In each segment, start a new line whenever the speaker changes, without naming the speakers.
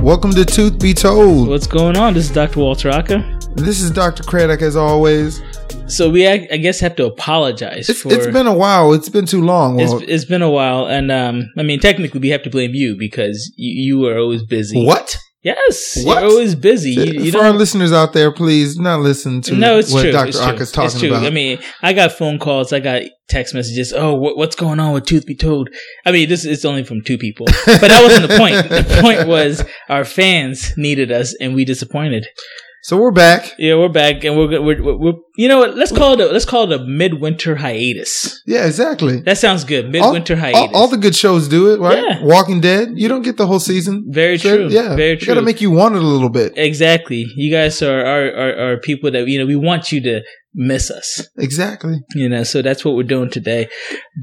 Welcome to Tooth Be Told.
What's going on? This is Dr. Walter Aka.
This is Dr. Craddock, as always.
So we, I, I guess, have to apologize
It's,
for.
it's been a while. It's been too long.
it's,
Well,
it's been a while, and um, I mean, technically, we have to blame you because you, you are always busy.
what?
Yes,
What?
you're always busy. You, you
For our
don't.
listeners out there, please not listen to
No, it's
what
true.
Dr.
it's true.
Aka's talking
it's true.
about.
I mean, I got phone calls, I got text messages. Oh, what, what's going on with Tooth Be Told? I mean, this is only from two people, but that wasn't the point. The point was our fans needed us, and we disappointed.
so we're back.
Yeah, we're back, and we're go- we're, we're, we're you know what? Let's call it a, let's call it a midwinter hiatus.
Yeah, exactly.
That sounds good. Midwinter
all,
hiatus.
All, all the good shows do it, right?
Yeah.
Walking Dead, you don't get the whole season.
very
So,
true.
Yeah.
very
Got
true.
to make you want it a little bit.
exactly. You guys are, are are are people that you know. We want you to miss us.
Exactly.
You know, so that's what we're doing today.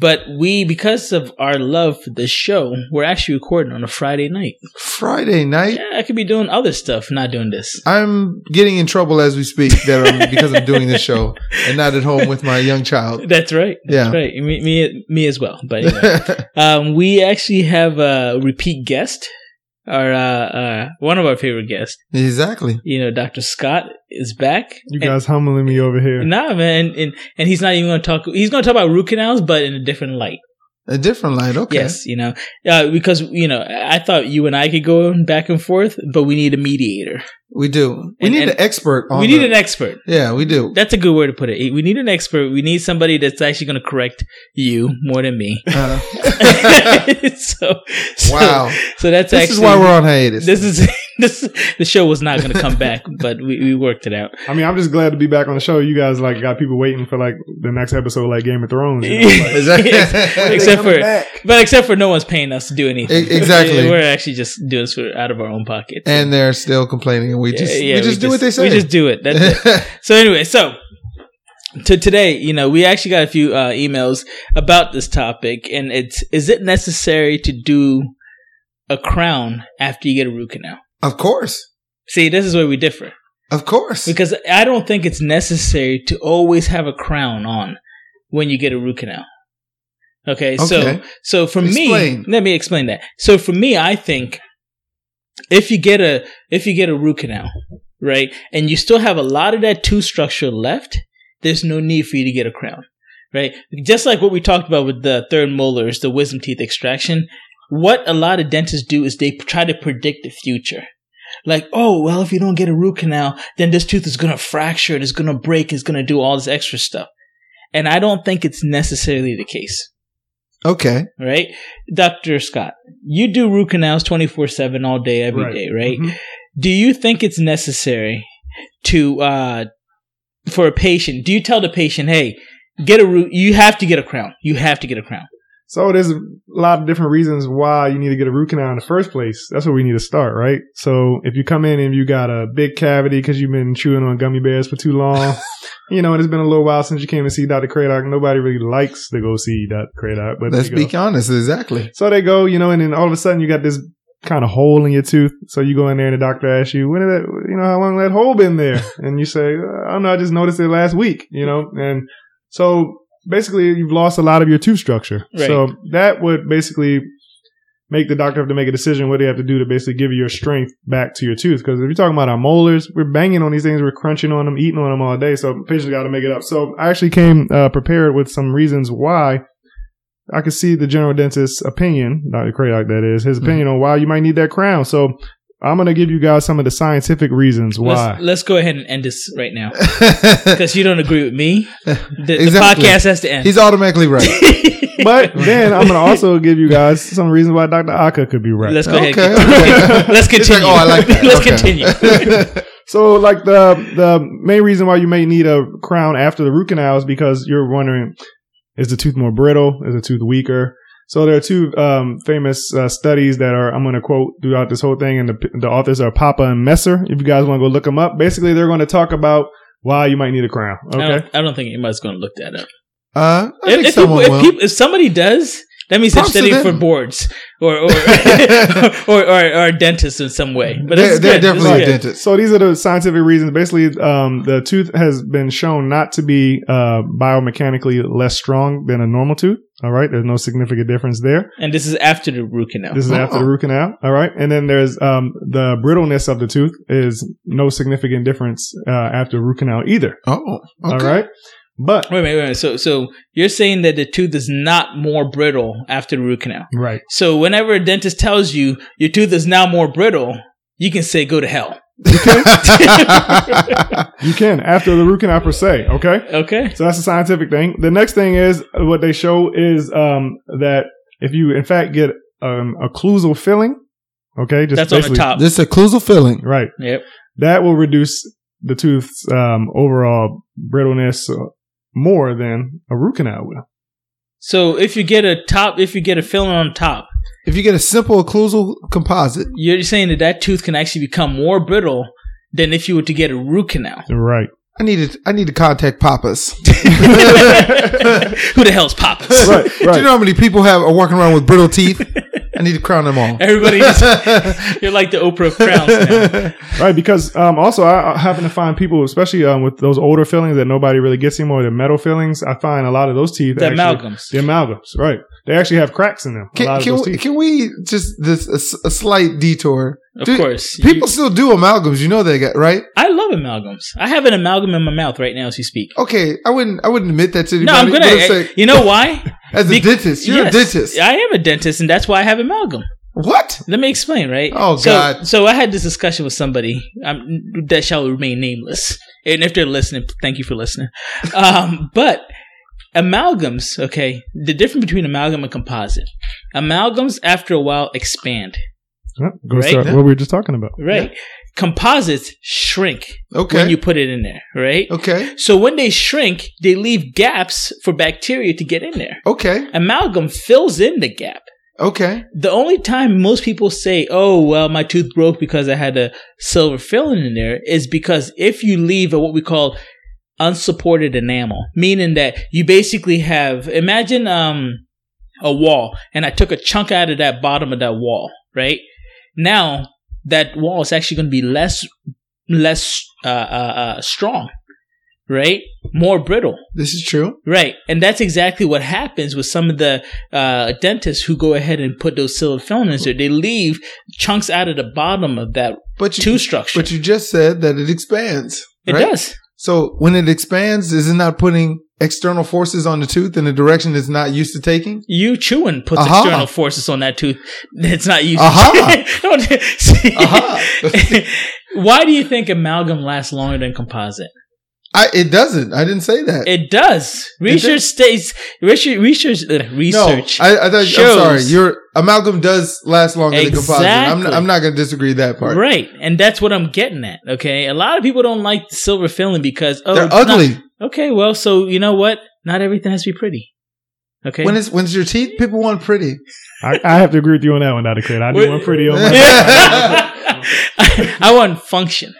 But we, because of our love for this show, we're actually recording on a Friday night.
Friday night.
Yeah, I could be doing other stuff, not doing this.
I'm getting in trouble as we speak that I'm, because I'm doing this show and not at home with my young child.
That's right. That's
Yeah.
right. Me, me, me as well. But anyway. Um, we actually have a repeat guest, or uh, uh, one of our favorite guests.
exactly.
You know, Dr. Scott is back.
You guys humbling me over here.
And, nah, man, and, and and he's not even going to talk. He's going to talk about root canals, but in a different light.
A different light. Okay.
Yes, you know, uh, because you know, I I thought you and I could go back and forth, but we need a mediator.
We do. We
And-
need
and-
an expert on
we need
the-
an expert.
Yeah, we do.
That's a good way to put it. We need an expert. We need somebody that's actually going to correct you more than me.
Uh,
so, so-
wow.
So that's
This
actually
is why we're on hiatus.
this is this the show was not going to come back, but we, we worked it out.
I mean, I'm just glad to be back on the show. You guys like got people waiting for like the next episode, like Game of Thrones. You know? like,
Exactly.
except for, but except for no one's paying us to do anything.
E- exactly.
we're actually just doing this for, out of our own pocket.
and they're still complaining. and We
Yeah,
just
yeah,
we just do what they say.
We just do it. That's it. So anyway, so to today, you know, we actually got a few uh, emails about this topic, and it's is it necessary to do a crown after you get a root canal?
of course.
See, this is where we differ.
Of course.
Because I don't think it's necessary to always have a crown on when you get a root canal. Okay,
Okay.
so so for
Explain.
me, let me explain that. So for me, I think if you get a if you get a root canal, right, and you still have a lot of that tooth structure left, there's no need for you to get a crown, right? Just like what we talked about with the third molars, the wisdom teeth extraction. What a lot of dentists do is they try to predict the future like, oh, well, if you don't get a root canal, then this tooth is going to fracture and it's going to break, it's going to do all this extra stuff. And I don't think it's necessarily the case,
okay.
right? Dr. Scott, you do root canals 24 7 all day, every
Right.
day, right?
Mm-hmm.
Mhm.
Do you think it's necessary to, uh, for a patient, do you tell the patient, hey, get a root, you have to get a crown, you have to get a crown?
So there's a lot of different reasons why you need to get a root canal in the first place. That's where we need to start, right? So if you come in and you got a big cavity because you've been chewing on gummy bears for too long, you know, and it's been a little while since you came to see Dr. Craddock. Nobody really likes to go see Dr. Craddock, but
Let's
you go.
be honest. Exactly.
So they go, you know, and then all of a sudden you got this kind of hole in your tooth. So you go in there and the doctor asks you, when did that, you know, how long that hole been there? And you say, I don't know, I just noticed it last week, you know? And so basically you've lost a lot of your tooth structure.
Right.
So that would basically make the doctor have to make a decision what they have to do to basically give your strength back to your tooth. Because if you're talking about our molars, we're banging on these things, we're crunching on them, eating on them all day. So patients got to make it up. So I actually came uh, prepared with some reasons why I could see the general dentist's opinion, Dr. Craddock, that is,
Mm-hmm.
his opinion on why you might need that crown. So I'm going to give you guys some of the scientific reasons why.
Let's, let's go ahead and end this right now because you don't agree with me. The, the
Exactly.
podcast has to end.
He's automatically right.
But then I'm going to also give you guys some reasons why Dr. Aka could be right.
Let's go
Okay.
ahead.
okay.
Let's
He's like,
continue.
oh, I like that.
Let's
Okay.
continue.
So, like the the main reason why you may need a crown after the root canal is because you're wondering, is the tooth more brittle? Is the tooth weaker? So there are two um, famous uh, studies that are I'm going to quote throughout this whole thing, and the, the authors are Papa and Messer. If you guys want to go look them up, basically they're going to talk about why you might need a crown.
I,
Okay,
don't, I don't think anybody's going to look that up.
Uh, I
If,
think
if, people,
someone
if,
will.
people, if somebody does, That means they're
Props to
studying
them.
for boards or or or, or, or a dentist in some way. But
they're,
that's
they're
good. That's
definitely
good.
a dentist.
So these are the scientific reasons. Basically, um, the tooth has been shown not to be uh, biomechanically less strong than a normal tooth. All right, there's no significant difference there.
And this is after the root canal.
This is after the root canal. All right, and then there's um, the brittleness of the tooth is no significant difference uh, after root canal either.
Oh, okay.
All right, but
Wait, wait, wait. So, so you're saying that the tooth is not more brittle after the root canal.
right,
So, whenever a dentist tells you your tooth is now more brittle, you can say go to hell.
you can after the root canal per se. Okay,
Okay.
So that's a scientific thing. The next thing is what they show is um, that if you in fact get um, occlusal filling, okay, just
That's on the
basically,
top.
this occlusal filling.
right?
Yep.
That will reduce the tooth's um, overall brittleness uh, more than a root canal will.
So, if you get a top, if you get a filling on top,
If you get a simple occlusal composite,
you're saying that that tooth can actually become more brittle than if you were to get a root canal.
Right,
I need to I need to contact Papas.
Who the hell's Papas?
right,
Do you
right.
know how many people have are walking around with brittle teeth? I need to crown them all.
Everybody, just, you're like the Oprah of crowns now.
right, because um, also I, I happen to find people, especially um, with those older fillings that nobody really gets anymore, the metal fillings. I find a lot of those teeth,
The
actually-
amalgams.
the amalgams, right? They actually have cracks in them. a
Can,
lot of
can,
those
we,
teeth.
can we just this a, s- a slight detour?
Of
Dude,
course. You-
People still do amalgams, you know they got right.
I love amalgams. I have an amalgam in my mouth right now as you speak.
Okay, I wouldn't I wouldn't admit that to
No,
anybody.
I'm gonna.
but I'm saying,
you know why?
as a
bec-
dentist, you're
Yes,
a dentist.
I am a dentist, and that's why I have amalgam.
What?
Let me explain, right?
Oh,
so,
God.
So I had this discussion with somebody um, that shall remain nameless, and if they're listening, thank you for listening. Um, but amalgams, okay, the difference between amalgam and composite. Amalgams, after a while, expand,
Yeah, go
Right?
start what we were just talking about.
right? Composites shrink
Okay.
when you put it in there, right?
okay.
So when they shrink, they leave gaps for bacteria to get in there.
Okay.
Amalgam fills in the gap.
Okay.
The only time most people say, oh, well, my tooth broke because I had a silver filling in there is because if you leave a, what we call unsupported enamel, meaning that you basically have, imagine, um, a wall and I took a chunk out of that bottom of that wall, right? Now that wall is actually going to be less, less, uh, uh, uh, strong, right? More brittle.
This is true.
Right, and that's exactly what happens with some of the uh, dentists who go ahead and put those silver fillings there. They leave chunks out of the bottom of that
But you
tooth structure.
but you just said that it expands.
it
right?
does.
So when it expands, is it not putting external forces on the tooth in a direction it's not used to taking?
You chewing puts
Aha.
external forces on that tooth. It's not used.
Aha.
Don't- see?
Uh-huh.
Uh-huh.
Aha.
Why do you think amalgam lasts longer than composite?
I, it doesn't. I didn't say that.
It does. Research states research research uh, research.
No, I, I thought,
shows-
I'm sorry. Your amalgam does last longer than composite.
Exactly.
I'm, I'm not going to disagree with that part.
Right, and that's what I'm getting at. Okay, a lot of people don't like the silver filling because oh,
They're
it's not-
ugly.
Okay, well, so you know what? Not everything has to be pretty. Okay.
When it's when it's your teeth, people want pretty.
I, I have to agree with you on that one, Dr. Kid. I do
Wait.
one pretty on my
I, want function.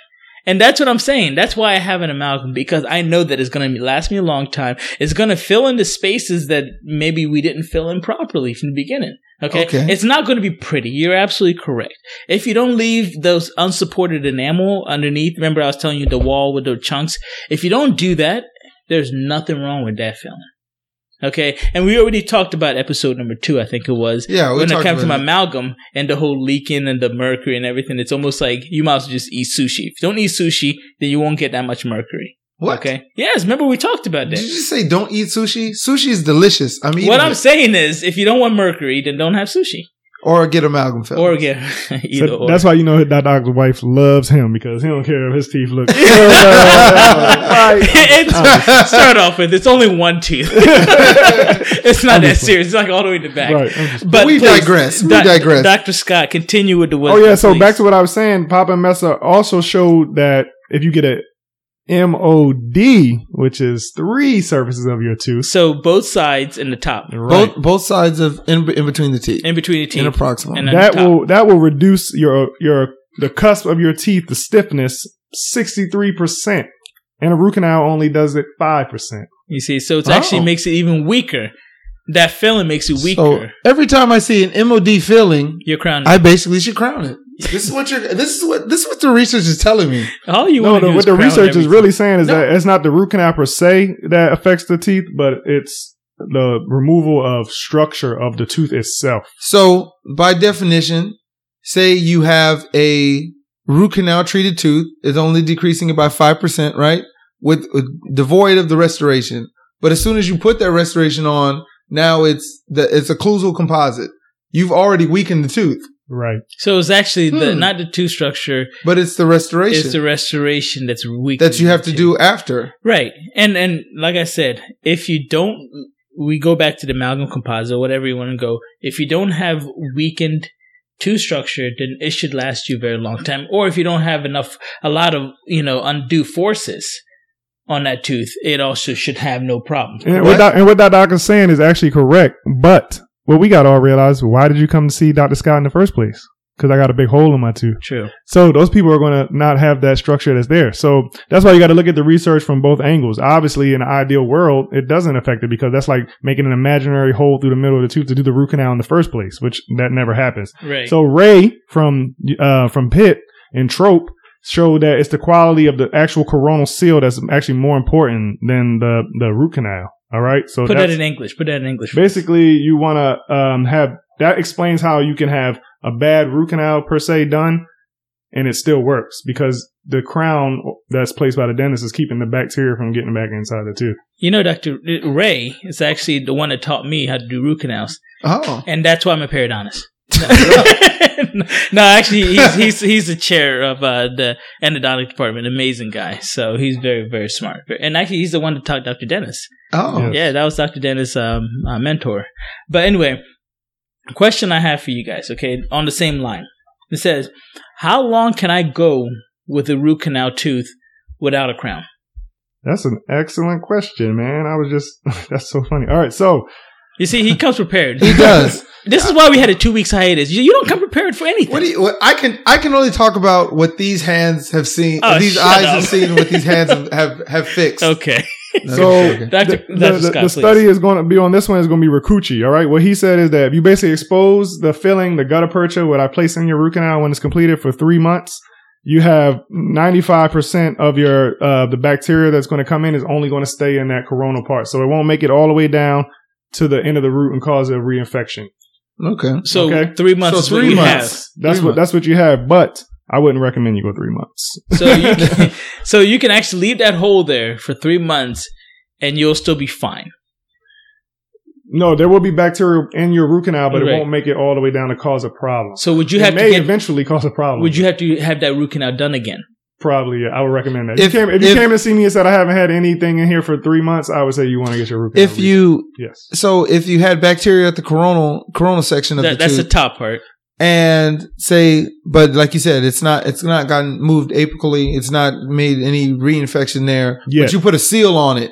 And that's what I'm saying. That's why I have an amalgam because I know that it's going to last me a long time. It's going to fill in the spaces that maybe we didn't fill in properly from the beginning. Okay.
Okay.
It's not going to be pretty. You're absolutely correct. If you don't leave those unsupported enamel underneath, remember I was telling you the wall with the chunks. If you don't do that, there's nothing wrong with that feeling. Okay. And we already talked about episode number two, I think it was.
Yeah, we
when it
talked
comes to
about
my
it.
amalgam and the whole leaking and the mercury and everything, it's almost like you might as well just eat sushi. If you don't eat sushi, then you won't get that much mercury.
What?
Okay. Yes. Remember we talked about
Did you
that.
just say don't eat sushi? Sushi is delicious. I'm eating
What I'm
it.
saying is, if you don't want mercury, then don't have sushi
or get amalgam filled.
or get either
So
or.
that's why you know that doctor's wife loves him because he don't care if his teeth look. right. Oh.
It's- start off with it's only one tooth. it's not that
Obviously.
serious. It's like all the way to the back.
Right. I'm just-
But
We
please,
digress. We
Doc-
digress.
Dr. Scott, continue with the
Oh
wisdom.
yeah. So
please.
back to what I was saying. Papa Mesa also showed that if you get a MOD, which is three surfaces of your tooth,
So both sides and the top,
right,
Both both sides of in, in between the teeth.
in between the
In
teeth.
approximate.
And then
that
the top.
will that will reduce your your the cusp of your teeth, the stiffness, sixty three percent, and a root canal only does it five percent.
You see, so it
Oh.
actually makes it even weaker That filling makes you weaker.
So every time I see an MOD filling,
Your crown.
I basically should crown it. This is what you're. This is what this is what the research is telling me.
All you
No,
want to
no,
do
what
is
the
crown
research is
everything.
really saying is
No.
that it's not the root canal per se that affects the teeth, but it's the removal of structure of the tooth itself.
So by definition, say you have a root canal treated tooth is only decreasing it by five percent, right? With, with devoid of the restoration. But as soon as you put that restoration on, now it's the it's a occlusal composite. You've already weakened the tooth,
Right.
So it's actually the,
Hmm.
not the tooth structure;
but it's the restoration
it's the restoration that's weak
that you have to do after.
Right, and and like I said, if you don't, we go back to the amalgam composite, whatever you want to go. If you don't have weakened tooth structure, then it should last you a very long time. Or if you don't have enough, a lot of you know undue forces on that tooth, it also should have no problem.
And what,
What?
doc, and what that doc is saying is actually correct, but what we got to all realize, why did you come to see Dr. Scott in the first place? Because I got a big hole in my tooth.
True.
So those people are going to not have that structure that's there. So that's why you got to look at the research from both angles. Obviously, in an ideal world, it doesn't affect it because that's like making an imaginary hole through the middle of the tooth to do the root canal in the first place, which that never happens.
Right.
So Ray from uh, from Pitt and Trope showed that it's the quality of the actual coronal seal that's actually more important than the the root canal. All right, so
put that
that's-
in English. Put that in English.
basically you want to um, have that explains how you can have a bad root canal per se done and it still works because the crown that's placed by the dentist is keeping the bacteria from getting back inside the tooth.
You know, Doctor uh, Ray is actually the one that taught me how to do root canals.
Oh,
and that's why I'm a periodontist. no, actually, he's he's he's the chair of uh, the endodontic department. Amazing guy. So he's very very smart. And actually, he's the one to taught Dr. Dennis.
oh,
Yeah. Yes.
Yeah, that was Dr. Dennis' um, uh, mentor. But anyway, question I have for you guys. Okay, on the same line, it says, "How long can I go with a root canal tooth without a crown?"
That's an excellent question, man. I was just that's so funny. All right, so
You see, he comes prepared.
he does.
this is why we had a two weeks hiatus. You, you don't come prepared for anything.
What do you? What, I can I can only talk about what these hands have seen,
Oh,
what these
shut
eyes
up.
have seen, what these hands have have, have fixed.
okay,
No,
So-
I'm joking.
Doctor
the, the-
Doctor
the-
Scott,
the
please.
study is going to be on this one is going to be Rakuchi. All right. What he said is that if you basically expose the filling, the gutta percha, what I place in your root canal when it's completed for three months, you have 95% of your, uh, the bacteria that's going to come in is only going to stay in that coronal part. So it won't make it all the way down to the end of the root and cause a reinfection.
okay.
So
Okay.
three months.
So
is what
three
you
months.
That's
Three
what, that's what you have. But I wouldn't recommend you go three months.
have. So you can, so you can actually leave that hole there for three months, and you'll still be fine.
No, there will be bacteria in your root canal, but
Right.
it won't make it all the way down to cause a problem.
So would you
it
have
may
to get?
eventually cause a problem.
Would you have to have that root canal done again?
Probably, yeah. I would recommend that.
If-
if you came, if you
if-
came to see me and said I haven't had anything in here for three months, I would say you want to get your root canal.
If you
re- yes,
so if you had bacteria at the coronal coronal section of
That,
the
that's the
tooth,
top part.
and say, but like you said, it's not it's not gotten moved apically. It's not made any reinfection there.
Yeah.
But you put a seal on it,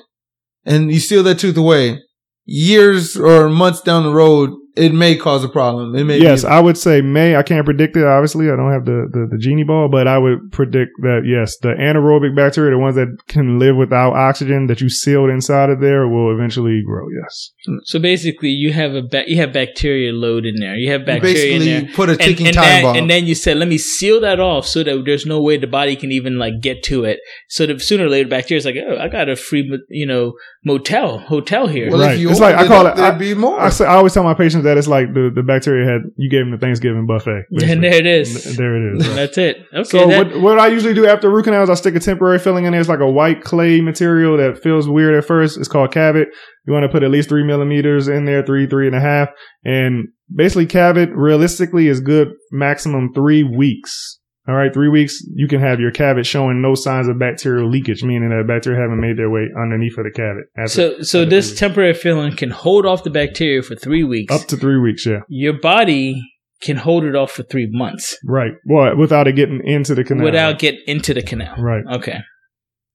and you seal that tooth away. Years or months down the road, it may cause a problem. It may be
yes, I would say May. I can't predict it. Obviously, I don't have the, the the genie ball, but I would predict that yes, the anaerobic bacteria, the ones that can live without oxygen, that you sealed inside of there, will eventually grow. Yes,
So basically, you have a ba- you have bacteria load in there. You have
you
bacteria in
basically
there.
put a
And,
ticking
and,
time
then,
bomb.
and then you said, "Let me seal that off so that there's no way the body can even like get to it." So that sooner or later, bacteria is like, "Oh, I got a free, mo- you know, motel hotel here."
Well,
Right.
if you
It's like, I
opened
call
up,
it-
there'd be more.
I say I always tell my patients that it's like the the bacteria had you gave them the Thanksgiving buffet.
and there it
basically.
is.
there it is.
And that's it. Okay.
So
that-
what, what I usually do after root canals, I stick a temporary filling in there. It's like a white clay material that feels weird at first. It's called Cavit. You want to put at least three millimeters in there, three, three and a half. And basically Cavit realistically is good maximum three weeks. All right. Three weeks. You can have your Cavit showing no signs of bacterial leakage, meaning that bacteria haven't made their way underneath of the Cavit. After
So, so this temporary filling can hold off the bacteria for three weeks.
up to three weeks. Yeah.
Your body can hold it off for three months
Right. Well, without it getting into the canal.
without get into the canal.
Right.
Okay,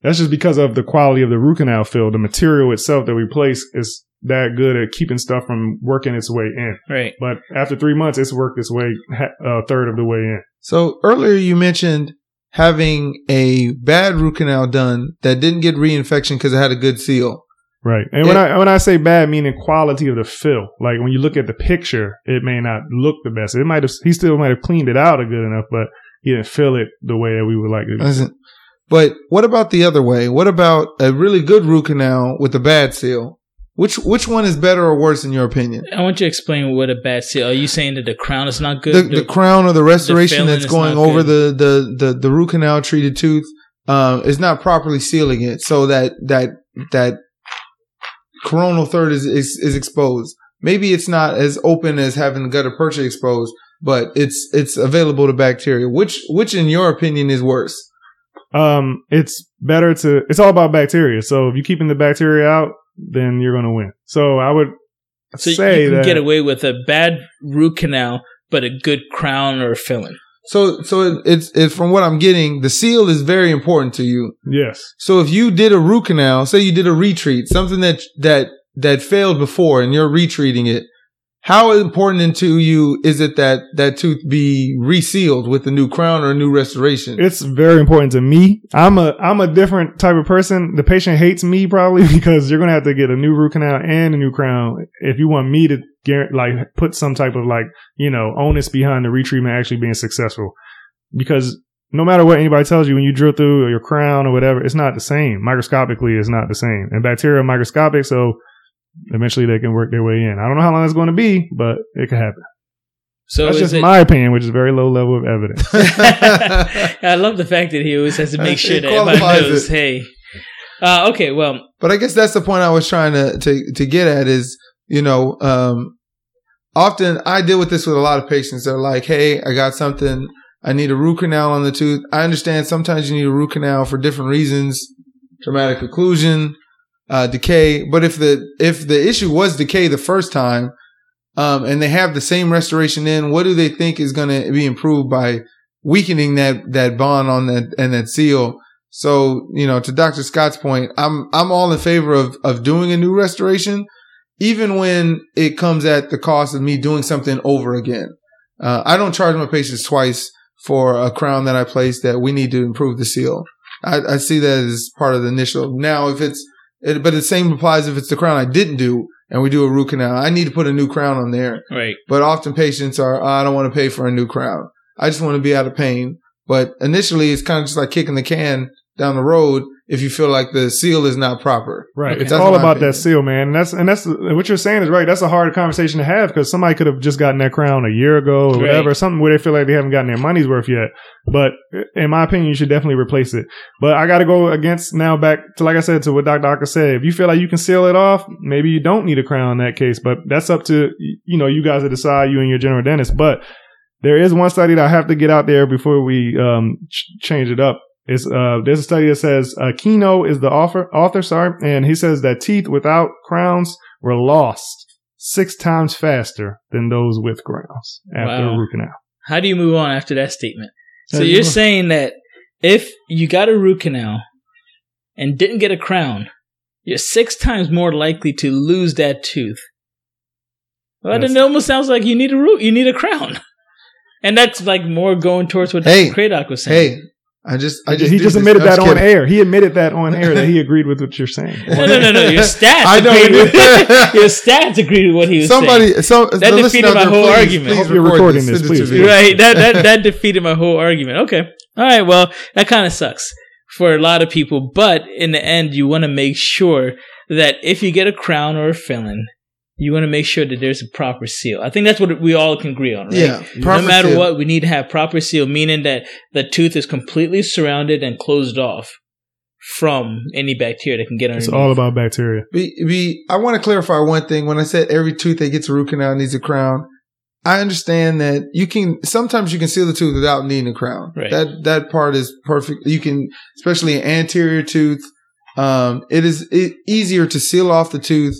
That's just because of the quality of the root canal fill. The material itself that we place is that good at keeping stuff from working its way in.
right.
But after three months, it's worked its way ha- a third of the way in.
So earlier you mentioned having a bad root canal done that didn't get reinfection because it had a good seal.
Right. And when I when I say bad, meaning quality of the fill. Like when you look at the picture, it may not look the best. It might have he still might have cleaned it out good enough, but he didn't fill it the way that we would like it.
Doesn't- But what about the other way? What about a really good root canal with a bad seal? Which which one is better or worse in your opinion?
I want you to explain what a bad seal. Are you saying that the crown is not good?
the, the crown or the restoration
filling
that's
is
going
not
over the, the, the, the root canal treated tooth um, is not properly sealing it, so that that that coronal third is, is is exposed. Maybe it's not as open as having the gutta percha exposed, but it's it's available to bacteria. Which which in your opinion is worse?
Um it's better to it's all about bacteria. So if you're keeping the bacteria out, then you're gonna win. So I would
so
say
you can
that
get away with a bad root canal, but a good crown or filling.
So so it, it's it's from what I'm getting, the seal is very important to you.
yes.
So if you did a root canal, say you did a retreat, something that that that failed before, and you're retreating it, how important to you is it that that tooth be resealed with a new crown or a new restoration?
It's very important to me. I'm a I'm a different type of person. The patient hates me probably because you're gonna have to get a new root canal and a new crown if you want me to guar- like put some type of like you know onus behind the retreatment actually being successful. Because no matter what anybody tells you, when you drill through your crown or whatever, it's not the same. Microscopically, it's not the same. And bacteria are microscopic, so eventually they can work their way in. I don't know how long it's going to be, but it could happen.
So
That's
is
just
it-
my opinion, which is very low level of evidence.
I love the fact that he always has to make sure
It
that everybody
qualifies
knows.
it.
Hey, uh, okay, well,
but I guess that's the point I was trying to to, to get at is you know um, often I deal with this with a lot of patients. They're like, hey, I got something. I need a root canal on the tooth. I understand sometimes you need a root canal for different reasons, traumatic occlusion, uh, decay. But if the if the issue was decay the first time, um, and they have the same restoration in, what do they think is going to be improved by weakening that that bond on that and that seal? So you know, to Doctor Scott's point, I'm I'm all in favor of of doing a new restoration, even when it comes at the cost of me doing something over again. Uh, I don't charge my patients twice for a crown that I place that we need to improve the seal. I, I see that as part of the initial. Now, if it's it, but the same applies if it's the crown I didn't do and we do a root canal. I need to put a new crown on there.
right.
But often patients are, "Oh, I don't want to pay for a new crown. I just want to be out of pain. But initially, it's kind of just like kicking the can down the road if you feel like the seal is not proper.
Right.
Okay.
It's
That's
all
my
about
opinion.
that seal, man. And that's and that's what you're saying is right. That's a hard conversation to have because somebody could have just gotten that crown a year ago or
Right.
whatever, something where they feel like they haven't gotten their money's worth yet. But in my opinion, you should definitely replace it. But I got to go against now back to like I said to what Dr. Ocker said. If you feel like you can seal it off, maybe you don't need a crown in that case. But that's up to you know you guys to decide, you and your general dentist. But there is one study that I have to get out there before we um, ch- change it up. It's uh, there's a study that says uh, Kino is the author, author, sorry, and he says that teeth without crowns were lost six times faster than those with crowns after
Wow.
a root canal.
How do you move on after that statement? So
How do you
you're
move on?
saying that if you got a root canal and didn't get a crown, you're six times more likely to lose that tooth. Well, then
Yes.
it almost sounds like you need a root, you need a crown, and that's like more going towards what
Hey.
Kradock was saying.
Hey, I just, I just,
he
did
just
this-
admitted
I'm
that on
kidding.
air. He admitted that on air that he agreed with what you're saying.
No, no, no, no. Your stats.
I know.
agreed with- your stats agree with what he was saying.
Somebody, so the
That defeated
listener out
my
there,
whole
please-
argument.
please
Hope you're
record
recording this,
Send it to
please.
me.
Right. That that that defeated my whole argument. Okay. All right. Well, that kind of sucks for a lot of people, but in the end, you want to make sure that if you get a crown or a filling, you want to make sure that there's a proper seal. I think that's what we all can agree on, right?
Yeah.
No
proper
matter
seal.
what, we need to have proper seal, meaning that the tooth is completely surrounded and closed off from any bacteria that can get underneath.
It's all about bacteria.
Be, be, I want to clarify one thing. When I said every tooth that gets a root canal needs a crown, I understand that you can sometimes you can seal the tooth without needing a crown.
Right.
That that part is perfect. You can, especially an anterior tooth. Um, it is e- easier to seal off the tooth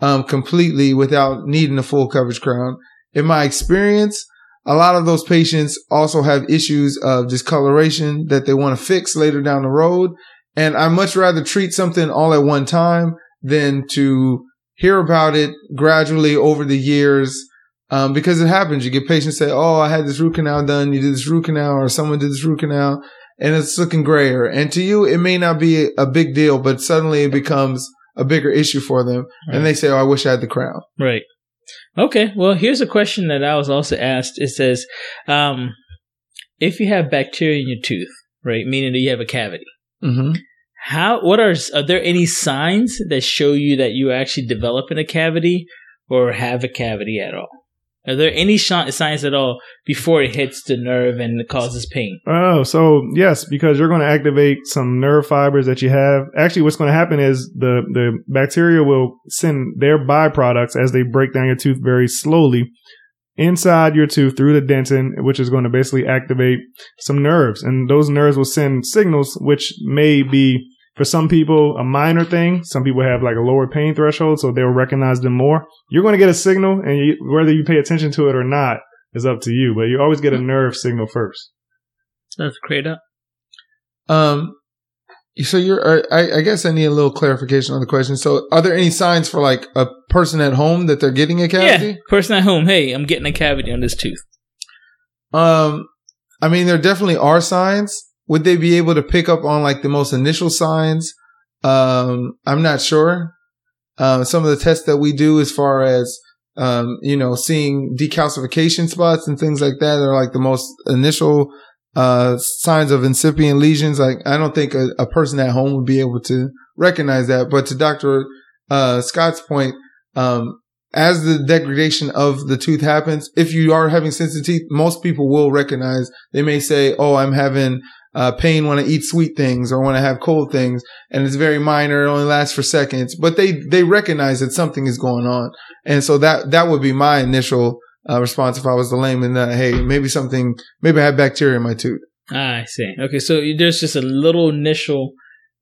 um, completely without needing a full coverage crown. In my experience, a lot of those patients also have issues of discoloration that they want to fix later down the road. And I much rather treat something all at one time than to hear about it gradually over the years. Um, because it happens. You get patients say, Oh, I had this root canal done. You did this root canal or someone did this root canal and it's looking grayer. And to you, it may not be a big deal, but suddenly it becomes a bigger issue for them,
Right.
and they say, "Oh, I wish I had the crown."
Right. Okay. Well, here's a question that I was also asked. It says, um, if you have bacteria in your tooth, right, meaning that you have a cavity,
Mm-hmm.
how? What are? Are there any signs that show you that you are actually developing a cavity or have a cavity at all? Are there any shi- signs at all before it hits the nerve and causes pain?
Oh, so yes, because you're going to activate some nerve fibers that you have. Actually, what's going to happen is the, the bacteria will send their byproducts as they break down your tooth very slowly inside your tooth through the dentin, which is going to basically activate some nerves. And those nerves will send signals, which may be for some people a minor thing. Some people have like a lower pain threshold, so they'll recognize them more. You're going to get a signal, and you, whether you pay attention to it or not is up to you, but you always get a nerve signal first.
That's great. Up.
Um, so you're, uh, I, I guess I need a little clarification on the question. So, are there any signs for like a person at home that they're getting a
Yeah.
cavity?
Person at home, hey, I'm getting a cavity on this tooth.
Um, I mean, there definitely are signs. Would they be able to pick up on like the most initial signs? Um, I'm not sure. Um, some of the tests that we do as far as, um, you know, seeing decalcification spots and things like that are like the most initial, uh, signs of incipient lesions. Like, I don't think a, a person at home would be able to recognize that. But to Dr. Uh, Scott's point, um, as the degradation of the tooth happens, if you are having sensitive teeth, most people will recognize. They may say, "Oh, I'm having uh, pain when I eat sweet things or when I have cold things," and it's very minor. It only lasts for seconds, but they they recognize that something is going on, and so that that would be my initial uh, response if I was the layman. That hey, maybe something, maybe I have bacteria in my tooth.
I see. Okay, so you- there's just a little initial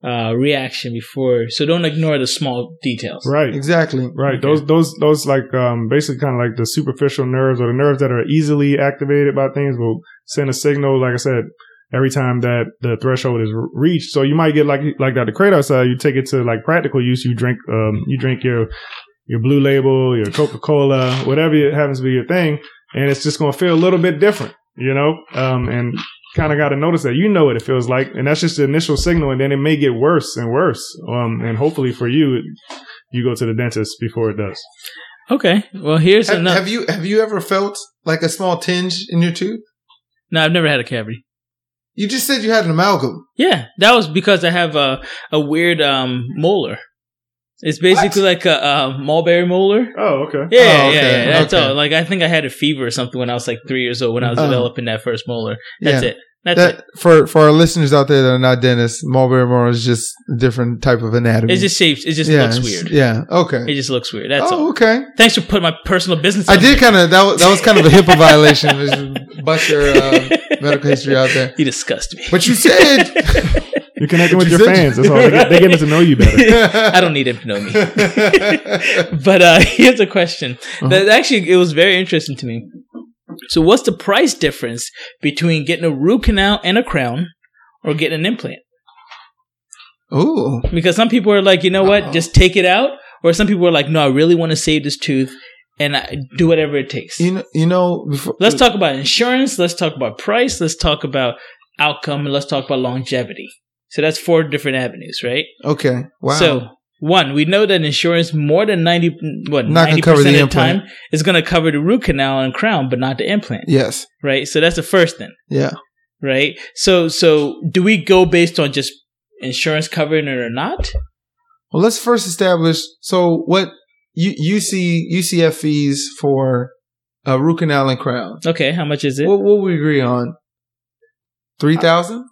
uh, reaction before, so don't ignore the small details.
Right.
Exactly.
Right.
Okay.
Those those those like um basically kind of like the superficial nerves or the nerves that are easily activated by things will send a signal. Like I said, every time that the threshold is re- reached, so you might get like like Dr. Kratos said, you take it to like practical use. You drink um you drink your your Blue Label, your Coca Cola, whatever it happens to be your thing, and it's just gonna feel a little bit different, you know. Um and kind of got to notice that you know what it feels like and that's just the initial signal and then it may get worse and worse um and hopefully for you it, you go to the dentist before it does.
Okay. Well, here's
Have,
another.
have you have you ever felt like a small tinge in your tooth?
no, I've never had a cavity.
You just said you had an amalgam.
Yeah, that was because I have a a weird um molar. It's basically like a, a mulberry molar.
Oh, okay.
Yeah,
Oh,
yeah,
okay,
yeah. That's
okay.
all. Like I think I had a fever or something when I was like three years old when I was
Oh.
developing that first molar. That's
Yeah.
it. That's it.
that for for our listeners out there that are not dentists, mulberry molar is just a different type of anatomy.
It just shapes. It just
yeah,
looks
it's-
weird.
Yeah.
It
Okay.
just looks weird. That's
oh,
all.
okay.
Thanks for putting my personal business.
I
out
did
there.
kind of that. Was, that was kind of a HIPAA violation. Just bust your um, medical history out there.
You disgust me.
But you said
You're connecting with
You
your
said-
fans. That's all. They get, they're getting to know you better.
I don't need him to know me. But uh, here's a question that actually it was very interesting to me. So, what's the price difference between getting a root canal and a crown, or getting an implant?
Ooh.
Because some people are like, you know what,
Uh-oh.
just take it out, or some people are like, no, I really want to save this tooth and I, do whatever it takes.
You know. You know. Before,
Let's talk about insurance. Let's talk about price. Let's talk about outcome. And let's talk about longevity. So that's four different avenues, right?
Okay. Wow.
So one, we know that insurance more than ninety what
Not gonna
ninety
cover
percent
the
of the
implant.
time is going to cover the root canal and crown, but not the implant,
yes.
right? So that's the first thing,
Yeah.
right? So so do we go based on just insurance covering it or not?
Well, let's first establish. So what you you see UCF fees for uh, root canal and crown.
Okay, how much is it?
What what we agree on? Three thousand.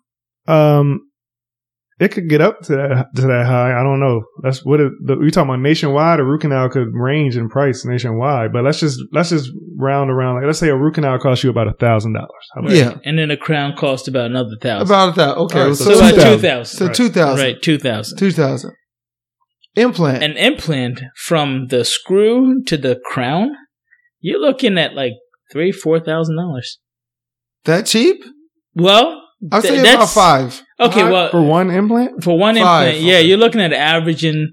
Um, it could get up to that to that high. I don't know. That's what it, the, we talking about nationwide. A root canal could range in price nationwide, but let's just let's just round around. Like let's say a root canal costs you about a thousand dollars.
Yeah,
And then a crown cost about another thousand.
about that. Okay,
All right,
so,
so about two
2,000.
thousand.
so two thousand,
Right, two thousand.
two thousand. Implant.
An implant from the screw to the crown, you're looking at like three, four thousand dollars.
that cheap?
Well,
I'd
Th-
say about
that's-
five.
okay,
Five
well,
for one implant.
For one
Five.
implant, yeah, you're looking at averaging.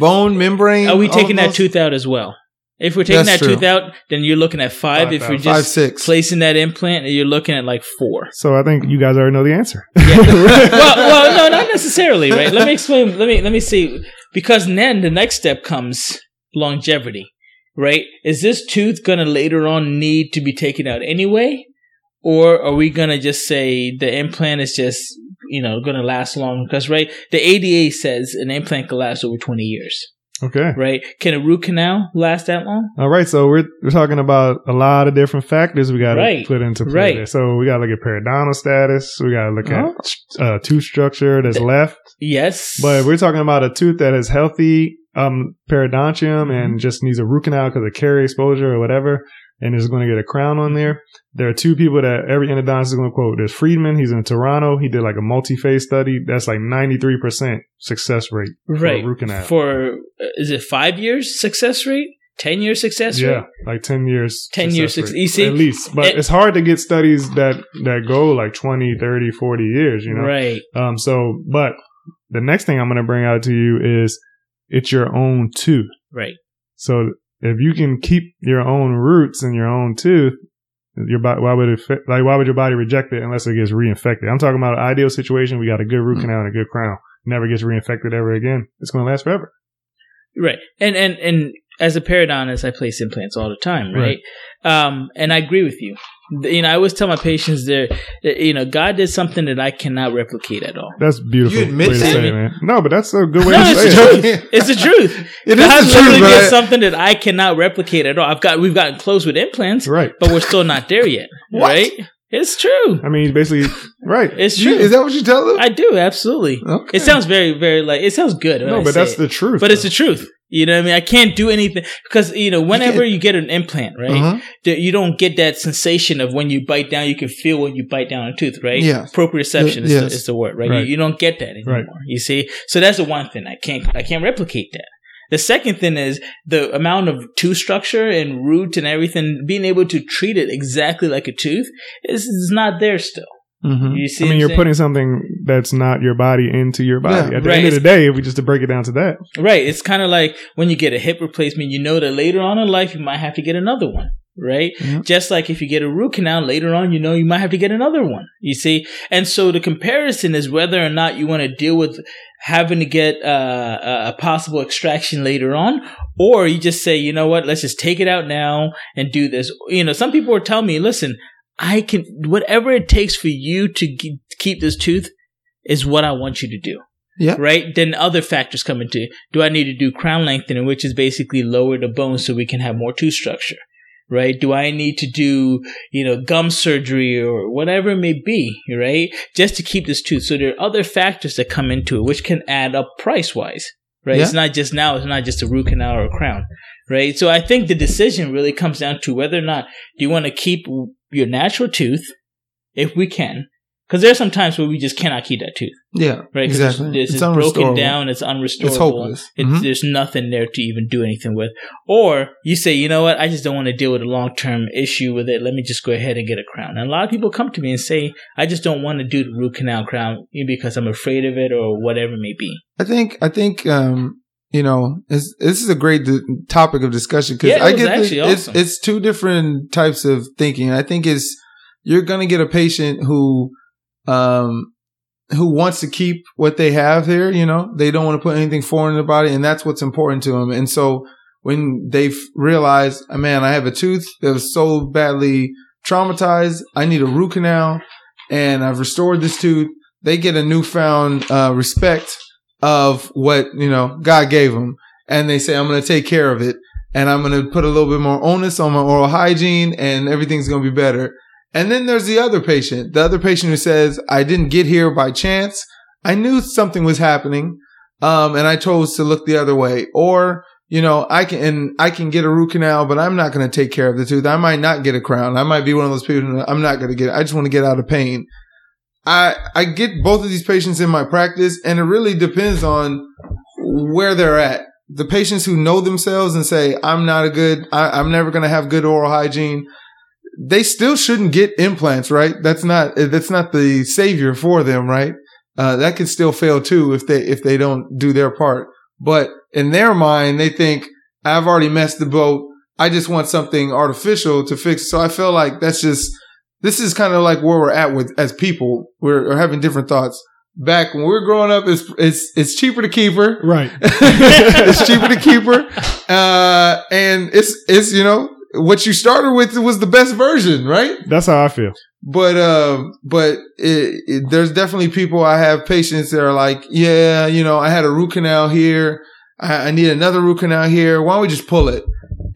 Bone membrane.
Are we
all
taking that
those-
tooth out as well? If we're taking
That's
that tooth
true.
out, then you're looking at five.
Five
if you're
thousand.
Five,
just
six.
placing that implant, you're looking at like four.
So I think you guys already know the answer.
well, well, no, not necessarily, right? Let me explain. Let me let me see. Because then the next step comes longevity, right? Is this tooth going to later on need to be taken out anyway? Or are we going to just say the implant is just, you know, going to last long? Because, right, the ADA says an implant can last over 20 years,
Okay.
right? Can a root canal last that long?
All right. So we're we're talking about a lot of different factors we got to
Right.
put into play.
Right.
there. So we got to look at periodontal status. We got to look
Uh-huh.
at uh, tooth structure that's left.
Yes.
But we're talking about a tooth that is healthy, um, periodontium,
Mm-hmm.
and just needs a root canal because of carie exposure or whatever, and is going to get a crown on there. There are two people that every endodontist is going to quote. There's Friedman. He's in Toronto. He did like a multi-phase study. That's like 93% success rate.
right.
root canal.
For, uh, is it five years success rate? 10 year success
yeah,
rate?
like 10 years.
10 years
success
suc-
rate,
you see,
at least. But
it-
it's hard to get studies that, that go like 20, 30, 40 years, you know?
Right.
Um, so, but the next thing I'm going to bring out to you is it's your own tooth.
Right.
So if you can keep your own roots and your own tooth, your body, why would it fit, like why would your body reject it unless it gets reinfected? I'm talking about an ideal situation. We got a good
Hmm.
root canal and a good crown. Never gets reinfected ever again. It's going to last forever.
Right. And and and as a periodontist, I place implants all the time, right? Um, and I agree with you. You know, I always tell my patients there, you know, God did something that I cannot replicate at all.
That's beautiful.
You admit
way to
that.
say it, man. No, but that's a good way
No,
to
it's
say
the
it.
truth.
it
It's the truth.
is the
God literally
truth,
did
but I-
something that I cannot replicate at all. I've got we've gotten close with implants,
Right.
but we're still not there yet.
What?
Right? It's true.
I mean, basically, right.
It's
you,
true.
is that what you tell them?
I do absolutely.
okay.
It sounds very very like it sounds good. when
No,
I
but
say
that's
it.
the truth.
but it's the truth. You know what I mean? I can't do anything because you know whenever you, get an implant, right?
Uh-huh.
that you don't get that sensation of when you bite down, you can feel when you bite down a tooth, right?
Yeah.
Proprioception is,
Yes.
the, is the word, right?
Right.
You, you don't get that anymore.
Right.
You see, so that's the one thing I can't I can't replicate that. The second thing is the amount of tooth structure and root and everything. Being able to treat it exactly like a tooth is, is not there still.
Mhm.
You see,
I
what
mean,
I'm
you're
saying?
putting something that's not your body into your body.
Yeah.
At the
Right.
end of the day, if we just to break it down to that,
Right. It's kind of like when you get a hip replacement, you know that later on in life you might have to get another one, right?
Yeah.
Just like if you get a root canal, later on you know you might have to get another one, you see? And so the comparison is whether or not you want to deal with having to get uh, a- a possible extraction later on, or you just say, you know what, let's just take it out now and do this. You know, some people will tell me, listen, I can, whatever it takes for you to ge- keep this tooth is what I want you to do
Yeah.
right? Then other factors come into do I need to do crown lengthening, which is basically lower the bone so we can have more tooth structure, right? Do I need to do, you know, gum surgery or whatever it may be, right? Just to keep this tooth. So there are other factors that come into it, which can add up price wise, right? It's not just now, it's not just a root canal or a crown, right? So I think the decision really comes down to whether or not do you want to keep your natural tooth if we can. Because there are some times where we just cannot keep that tooth
Yeah.
right? 'Cause
Exactly.
It's,
It's
it's, it's broken
unrestorable.
down. It's unrestorable.
It's hopeless.
It-
Mhm.
There's nothing there to even do anything with. Or you say, you know what? I just don't want to deal with a long term issue with it. Let me just go ahead and get a crown. And a lot of people come to me and say, I just don't want to do the root canal crown because I'm afraid of it or whatever it may be.
I think I think um you know it's, this is a great di- topic of discussion because
Yeah, it
I
was
get
actually
the, it's
awesome.
it's two different types of thinking. I think it's you're gonna get a patient who um who wants to keep what they have here. You know they don't want to put anything foreign in their body, and that's what's important to them. And so when they've realized, "Oh, man, I have a tooth that was so badly traumatized, I need a root canal, and I've restored this tooth. They get a newfound uh, respect of what you know God gave them, and they say, "I'm going to take care of it, and I'm going to put a little bit more onus on my oral hygiene, and everything's going to be better." And then there's the other patient, the other patient who says, "I didn't get here by chance. I knew something was happening, um, and I chose to look the other way." Or you know, I can and I can get a root canal, but I'm not going to take care of the tooth. I might not get a crown. I might be one of those people. who- I'm not going to get. I just want to get out of pain. I I get both of these patients in my practice, and it really depends on where they're at. The patients who know themselves and say, "I'm not a good. I, I'm never going to have good oral hygiene." They still shouldn't get implants, right? That's not that's not the savior for them, right? Uh, that could still fail too if they if they don't do their part. But in their mind, they think, "I've already messed the boat. I just want something artificial to fix." So I feel like that's just this is kind of like where we're at with as people. We're, we're having different thoughts, back when we were growing up, it's it's it's cheaper to keep her.
Right.
it's cheaper to keep her, uh, and it's it's you know what you started with was the best version, right?
That's how I feel.
But um, but it, it, there's definitely people I have patients that are like, yeah, you know, I had a root canal here, I, I need another root canal here. Why don't we just pull it?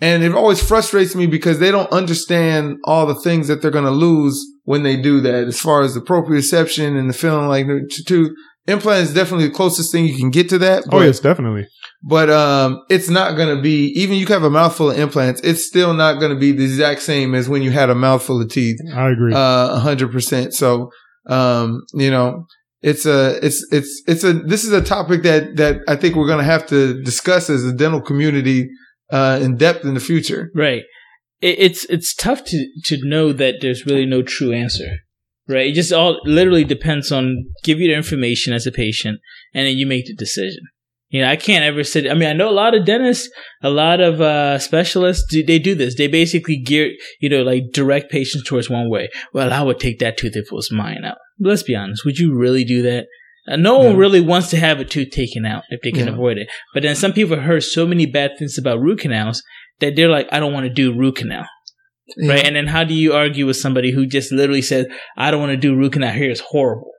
And it always frustrates me because they don't understand all the things that they're going to lose when they do that, as far as the proprioception and the feeling like the t- tooth implant is definitely the closest thing you can get to that. But,
Oh, yes, definitely.
but um, it's not going to be even you can have a mouthful of implants. It's still not going to be the exact same as when you had a mouthful of teeth
I agree.
uh, hundred percent. So, um, you know, it's a, it's, it's, it's a, this is a topic that, that I think we're going to have to discuss as a dental community, uh, in depth in the future.
Right. It, it's it's tough to to know that there's really no true answer. Right. It just all literally depends on give you the information as a patient, and then you make the decision. You know, I can't ever sit. I mean, I know a lot of dentists, a lot of uh, specialists. Do, they do this. They basically gear, you know, like direct patients towards one way. Well, I would take that tooth if it was mine out. Let's be honest. Would you really do that? Uh, no one
No.
really wants to have a tooth taken out if they can
Yeah.
avoid it. But then some people have heard so many bad things about root canals that they're like, I don't want to do root canal, right? And then how do you argue with somebody who just literally says, I don't want to do root canal here is horrible,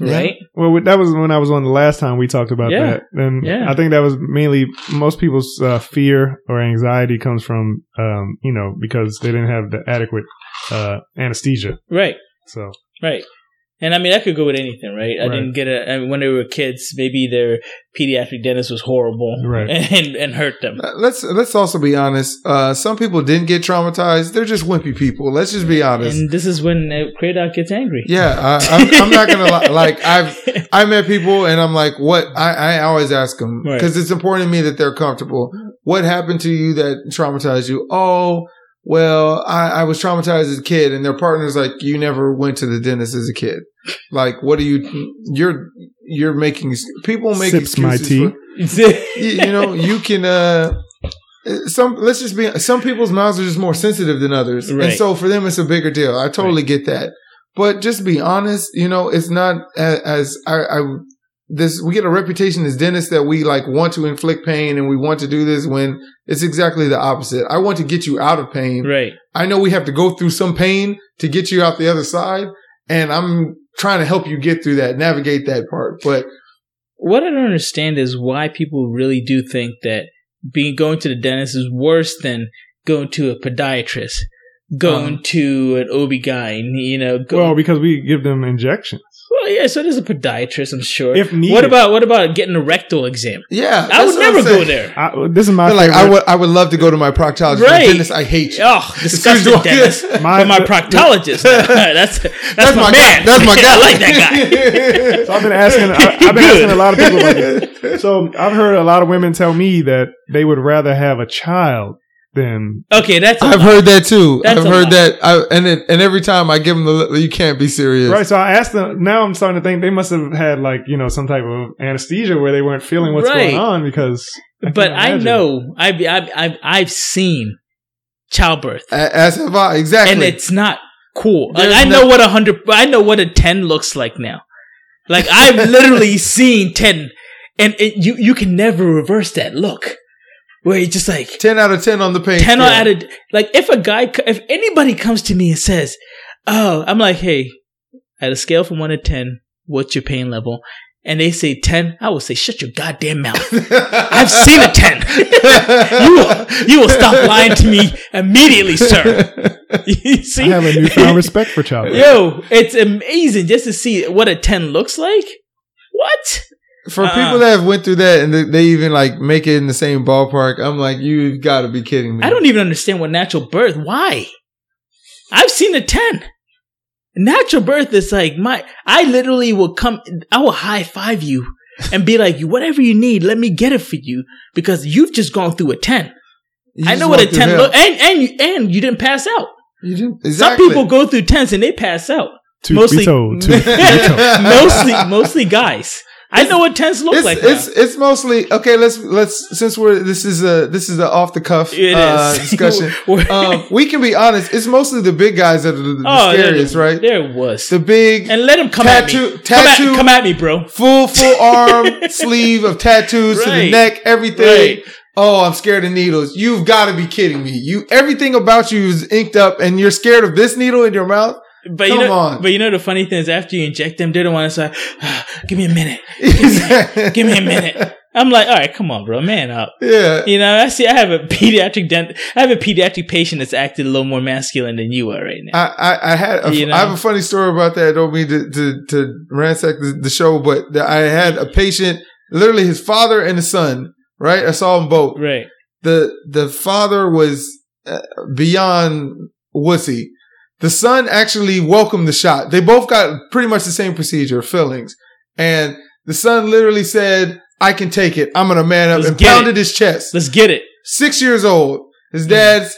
Yeah.
right?
Well, with- that was when I was on the last time we talked about
Yeah.
that, and
Yeah.
I think that was mainly most people's uh, fear or anxiety comes from, um, you know, because they didn't have the adequate uh, anesthesia.
Right,
So
right. And I mean, I could go with anything, right? I
Right.
didn't get a I mean, when they were kids. Maybe their pediatric dentist was horrible,
Right.
and and hurt them.
Uh, Let's, let's also be honest. Uh, some people didn't get traumatized. They're just wimpy people. Let's just be honest.
And this is when uh, Kratok gets angry.
yeah, I, I'm, I'm not gonna li- like. I've I met people and I'm like, what? I, I always ask them
Right.
because it's important to me that they're comfortable. What happened to you that traumatized you? Oh, well, I, I was traumatized as a kid, and their partner's like, you never went to the dentist as a kid. Like, what are you? You're you're making people make
Sips
excuses.
my tea.
for- you, you know, you can. uh some let's just be some people's mouths are just more sensitive than others, and
Right.
so for them it's a bigger deal. I totally get that, but just be honest. You know, it's not as, as I, I this we get a reputation as dentists that we like want to inflict pain and we want to do this when it's exactly the opposite. I want to get you out of pain.
right.
I know we have to go through some pain to get you out the other side, and I'm trying to help you get through that, navigate that part. But
what I don't understand is why people really do think that being going to the dentist is worse than going to a podiatrist, going
Um,
to an OB/GYN, you know. Go,
well,
well,
because we give them injections
yeah, so there's a podiatrist, I'm sure.
if needed.
what about what about getting a rectal exam?
yeah,
I
that's
would
what I'm
never go
saying.
there.
I, this is my
They're like,
favorite.
I would, I would love to go to my proctologist. but
Right.
Dennis, I hate you.
Oh, disgusting
Excuse me.
dentist.
my,
But my proctologist, that's, that's my, man.
guy. That's my guy.
I like that guy.
So I've been asking. I, I've been
Good.
asking a lot of people. About this. So I've heard a lot of women tell me that they would rather have a child than
Okay, that's a
I've
lie.
heard that too.
That's
I've
a
heard
lie.
that, I, and it, and every time I give them the, look, you can't be serious.
Right. So I asked them. Now I'm starting to think they must have had like you know some type of anesthesia where they weren't feeling what's
Right.
going on because. can't
but I
imagine.
know I've I've I've, I've seen childbirth.
A- As have I. Exactly.
and it's not cool. Like
There's
I know
no-
what a hundred, I know what a ten looks like now. Like I've literally seen ten, and it, you you can never reverse that look, where it's just like
ten out of ten on the pain.
ten
scale.
out of like if a guy co- if anybody comes to me and says, "Oh," I'm like, "Hey," at a scale from one to ten, what's your pain level? And they say ten, I will say, "Shut your goddamn mouth." I've seen a ten. you will, you will stop lying to me immediately, sir. You see,
I have a newfound respect for childbirth.
Yo, it's amazing just to see what a 10 looks like. What?
For
Uh-uh.
people that have went through that and they, they even like make it in the same ballpark, I'm like, you've got to be kidding me.
I don't even understand what natural birth. Why? I've seen a 10. Natural birth is like my I literally will come I will high five you and be like, whatever you need, let me get it for you because you've just gone through a 10.
You
I
just
know what a
walked through
10
hell.
look and and you and you didn't pass out.
You didn't- exactly.
Some people go through 10s and they pass out.
To
Mostly-
be told. To,
mostly mostly guys. I know what tents look
it's,
like. now.
it's it's mostly okay. Let's let's since we're this is a this is an off the cuff
It is.
uh, discussion.
We're-
um, we can be honest. It's mostly the big guys that are the, the
oh,
scariest,
there,
right?
There was.
The big
and let him come at
tattoo-
me. Come at-
tattoo-
come at me, bro.
full full arm sleeve of tattoos to
Right.
the neck, everything.
Right.
Oh, I'm scared of needles. You've got to be kidding me. You everything about you is inked up, and you're scared of this needle in your mouth.
But
Come
you know,
on.
but you know the funny thing is after you inject them, they don't want to say, "Ah, "Give me a minute,
Give
give me a minute." I'm like, all right, come on, bro, man up.
Yeah.
You know, I see. I have a pediatric dent. I have a pediatric patient that's acting a little more masculine than you are right now.
I, I, I had a,
You know?
I have a funny story about that. I don't mean to, to, to ransack the, the show, but the, I had a patient, literally his father and his son, right? I saw them both.
right.
The the father was uh, beyond wussy. The son actually welcomed the shot. They both got pretty much the same procedure, fillings. And the son literally said, I can take it. I'm going to man up
Let's
and
get
pounded his chest.
Let's Hmm. get it.
Six years old. His dad's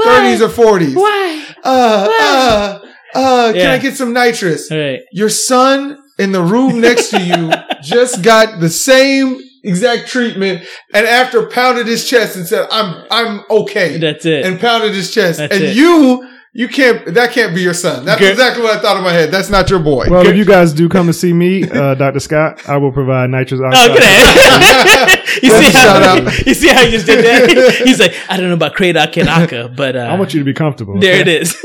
30s or 40s
Why?
uh, uh, uh, can
Yeah.
I get some nitrous?
Right.
Your son in the room next to you just got the same exact treatment and after pounded his chest and said, I'm, I'm okay.
That's it.
And pounded his chest.
That's
and
it.
you, you can't, that can't be your son. That's
Good.
exactly what I thought in my head. That's not your boy.
Well, if you guys do come to see me, uh, Dr. Scott, I will provide nitrous
Oh,
oxide.
look at that. you, see
That's a
how,
shout-out.
you see how he just did that? He's like, I don't know about Kradak and Akka, but uh,
I want you to be comfortable.
there
okay?
it is.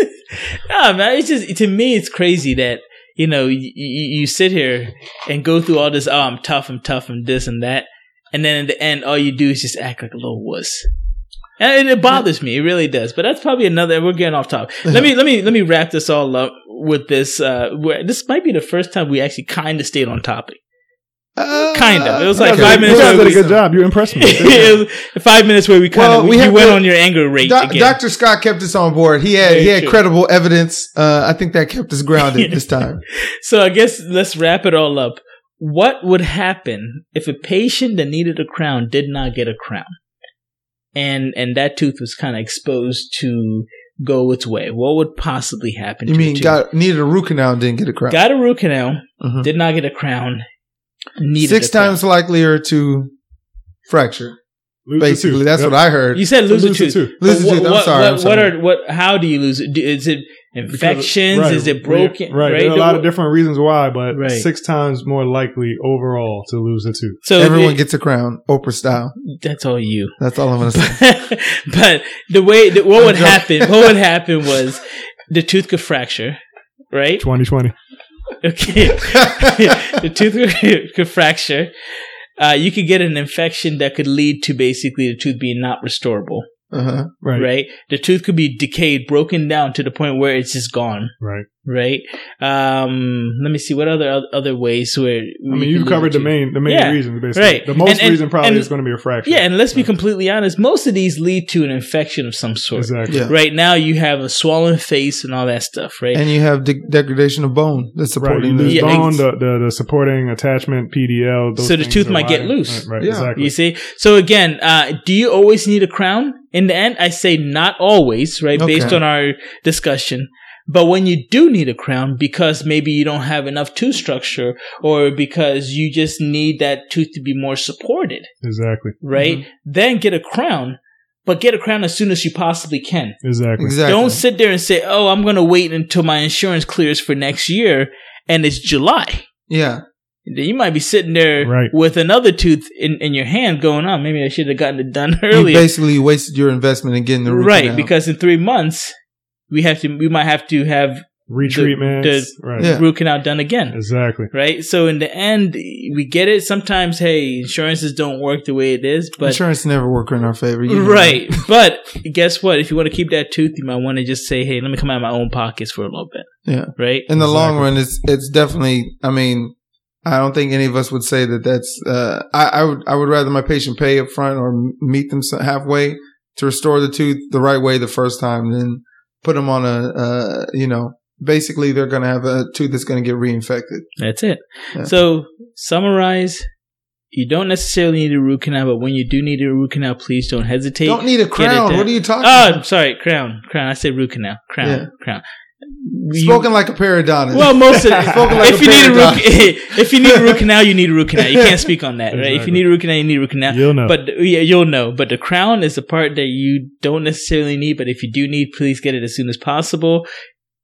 no, man, it's just, to me, it's crazy that, you know, you, you sit here and go through all this, oh, I'm tough, I'm tough, I'm this and that. And then in the end, all you do is just act like a little wuss. And it, it bothers me. It really does. But that's probably another, we're getting off topic. Let me, let me, let me wrap this all up with this, uh, where this might be the first time we actually kind of stayed on topic.
Uh,
kind of. It was like
okay.
five
You
minutes
guys
ago.
did a good job. You impressed me.
It was five minutes where we kind
Well,
of
we
you
have
went
to-
on your anger rate
Do-
again.
Dr. Scott kept us on board. He had,
Very
he had
true.
credible evidence. Uh, I think that kept us grounded this time.
so I guess let's wrap it all up. What would happen if a patient that needed a crown did not get a crown, and and that tooth was kind of exposed to go its way? What would possibly happen?
You
to a
mean
tooth?
got, needed a root canal and didn't get a crown.
got a root canal,
Mhm.
did not get a crown, needed
six
a crown.
times likelier to fracture. Basically, that's what I heard.
You said lose a
lose the
tooth.
tooth.
Lose
But
the
what-
tooth, I'm
what-
sorry,
What,
I'm
what
sorry.
are what? How do you lose it? Do- Is it infections?
Because-
Is it
right,
broken?
Right. There are a
The-
lot of different reasons why, but
Right.
six times more likely overall to lose a tooth.
So
Everyone
it-
gets a crown, Oprah style.
that's all you.
That's all I'm gonna say.
but the way the, what
I'm
would
joking.
happen? What would happen was the tooth could fracture, right?
2020.
Okay, the tooth could fracture. Uh, you could get an infection that could lead to basically the tooth being not restorable,
uh-huh.
Right.
right?
Right.
The tooth could be decayed, broken down to the point where it's just gone, right? Um, let me see what other other ways where
I mean, you've covered the main the main
Yeah.
reasons basically.
Right.
The most
And- and-
reason probably
and-
is going to be a fracture.
Yeah, and let's be completely honest. Most of these lead to an infection of some sort.
exactly.
Yeah.
Right now, you have a swollen face and all that stuff, right?
And you have de- degradation of bone that's
Right. You
supporting
lose
the
Yeah,
bone,
ex-
the, the the supporting attachment, PDL. Those
So the
things
tooth
are
might get
wired.
loose.
Right. right,
Yeah.
Exactly.
You see? So again, uh, do you always need a crown? In the end, I say not always, right?
Okay.
Based on our discussion. But when you do need a crown because maybe you don't have enough tooth structure or because you just need that tooth to be more supported,
Exactly.
right?
Mm-hmm.
Then get a crown, but get a crown as soon as you possibly can.
Exactly.
exactly.
Don't sit there and say, "Oh, I'm going to wait until my insurance clears for next year," and it's July.
yeah.
Then you might be sitting there
Right.
with another tooth in, in your hand, going, "Oh, maybe I should have gotten it done
You
earlier."
basically wasted your investment in getting the root
Right,
canal.
because in three months we have to, we might have to have
Retreatments.
the-
right.
Yeah.
root canal done again.
Exactly.
Right, so in the end, we get it. Sometimes, hey, insurances don't work the way it is, but
insurance never worked in our favor. you know that.
right. but guess what? If you want to keep that tooth, you might want to just say, "Hey, let me come out of my own pockets for a little bit."
Yeah.
Right.
In the long
Exactly.
run, it's it's definitely. I mean, I don't think any of us would say that that's. Uh, I I would I would rather my patient pay up front or m- meet them so- halfway to restore the tooth the right way the first time than put them on a. Uh, you know, basically they're going to have a tooth that's going to get reinfected.
That's it.
Yeah.
So summarize. You don't necessarily need a root canal, but when you do need a root canal, please don't hesitate.
Don't need a
it
crown.
done.
What are you talking?
Oh,
about?
I'm sorry, crown, crown. I said root canal, crown,
Yeah.
crown. you-
Spoken like a periodontist.
well, most of
Spoken like
if
a
you need a root,
paradox.
if you need a root canal, you need a root canal. You can't speak on that, right? If you
Exactly.
need a root canal, you need a root canal.
You'll know.
But yeah, you'll know. But the crown is the part that you don't necessarily need. But if you do need, please get it as soon as possible.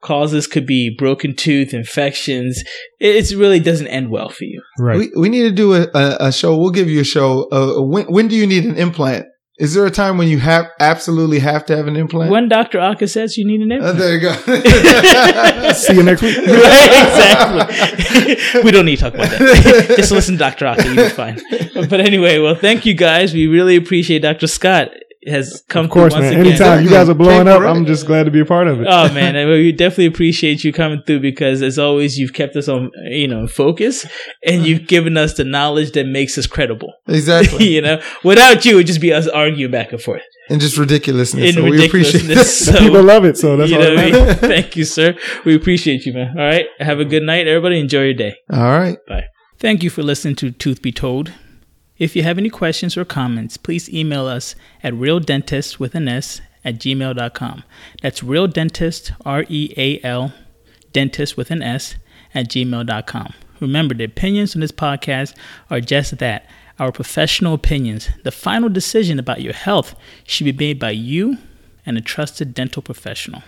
Causes could be broken tooth, infections. It it really doesn't end well for you.
right.
we, we need to do a, a, a show. We'll give you a show. Uh, when, when do you need an implant? Is there a time when you have absolutely have to have an implant?
When Dr. Aka says you need an
Uh,
implant.
there you go.
See you next week.
right, exactly. we don't need to talk about that. Just listen to Dr. Aka, you'll be fine. But anyway, well, thank you guys. We really appreciate Dr. Scott has come
Of course,
through once
man.
again.
Anytime you guys are blowing up,
Correct.
I'm just glad to be a part of it.
Oh man, I mean, we definitely appreciate you coming through because as always, you've kept us on, you know, focus and you've given us the knowledge that makes us credible.
exactly.
you know, without you, it'd just be us arguing back and forth
And just ridiculousness.
in
so we appreciate
ridiculousness.
this.
The people love it, so that's
you
all.
know
that
what I
matters.
mean? Thank you, sir. We appreciate you, man. All right. Have a good night, everybody. Enjoy your day.
All right.
Thank you for listening to Tooth Be Told. If you have any questions or comments, please email us at realdentist with an S at gmail.com. That's real dentist, R E A L, dentist with an S at gmail.com. Remember, the opinions on this podcast are just that our professional opinions. The final decision about your health should be made by you and a trusted dental professional.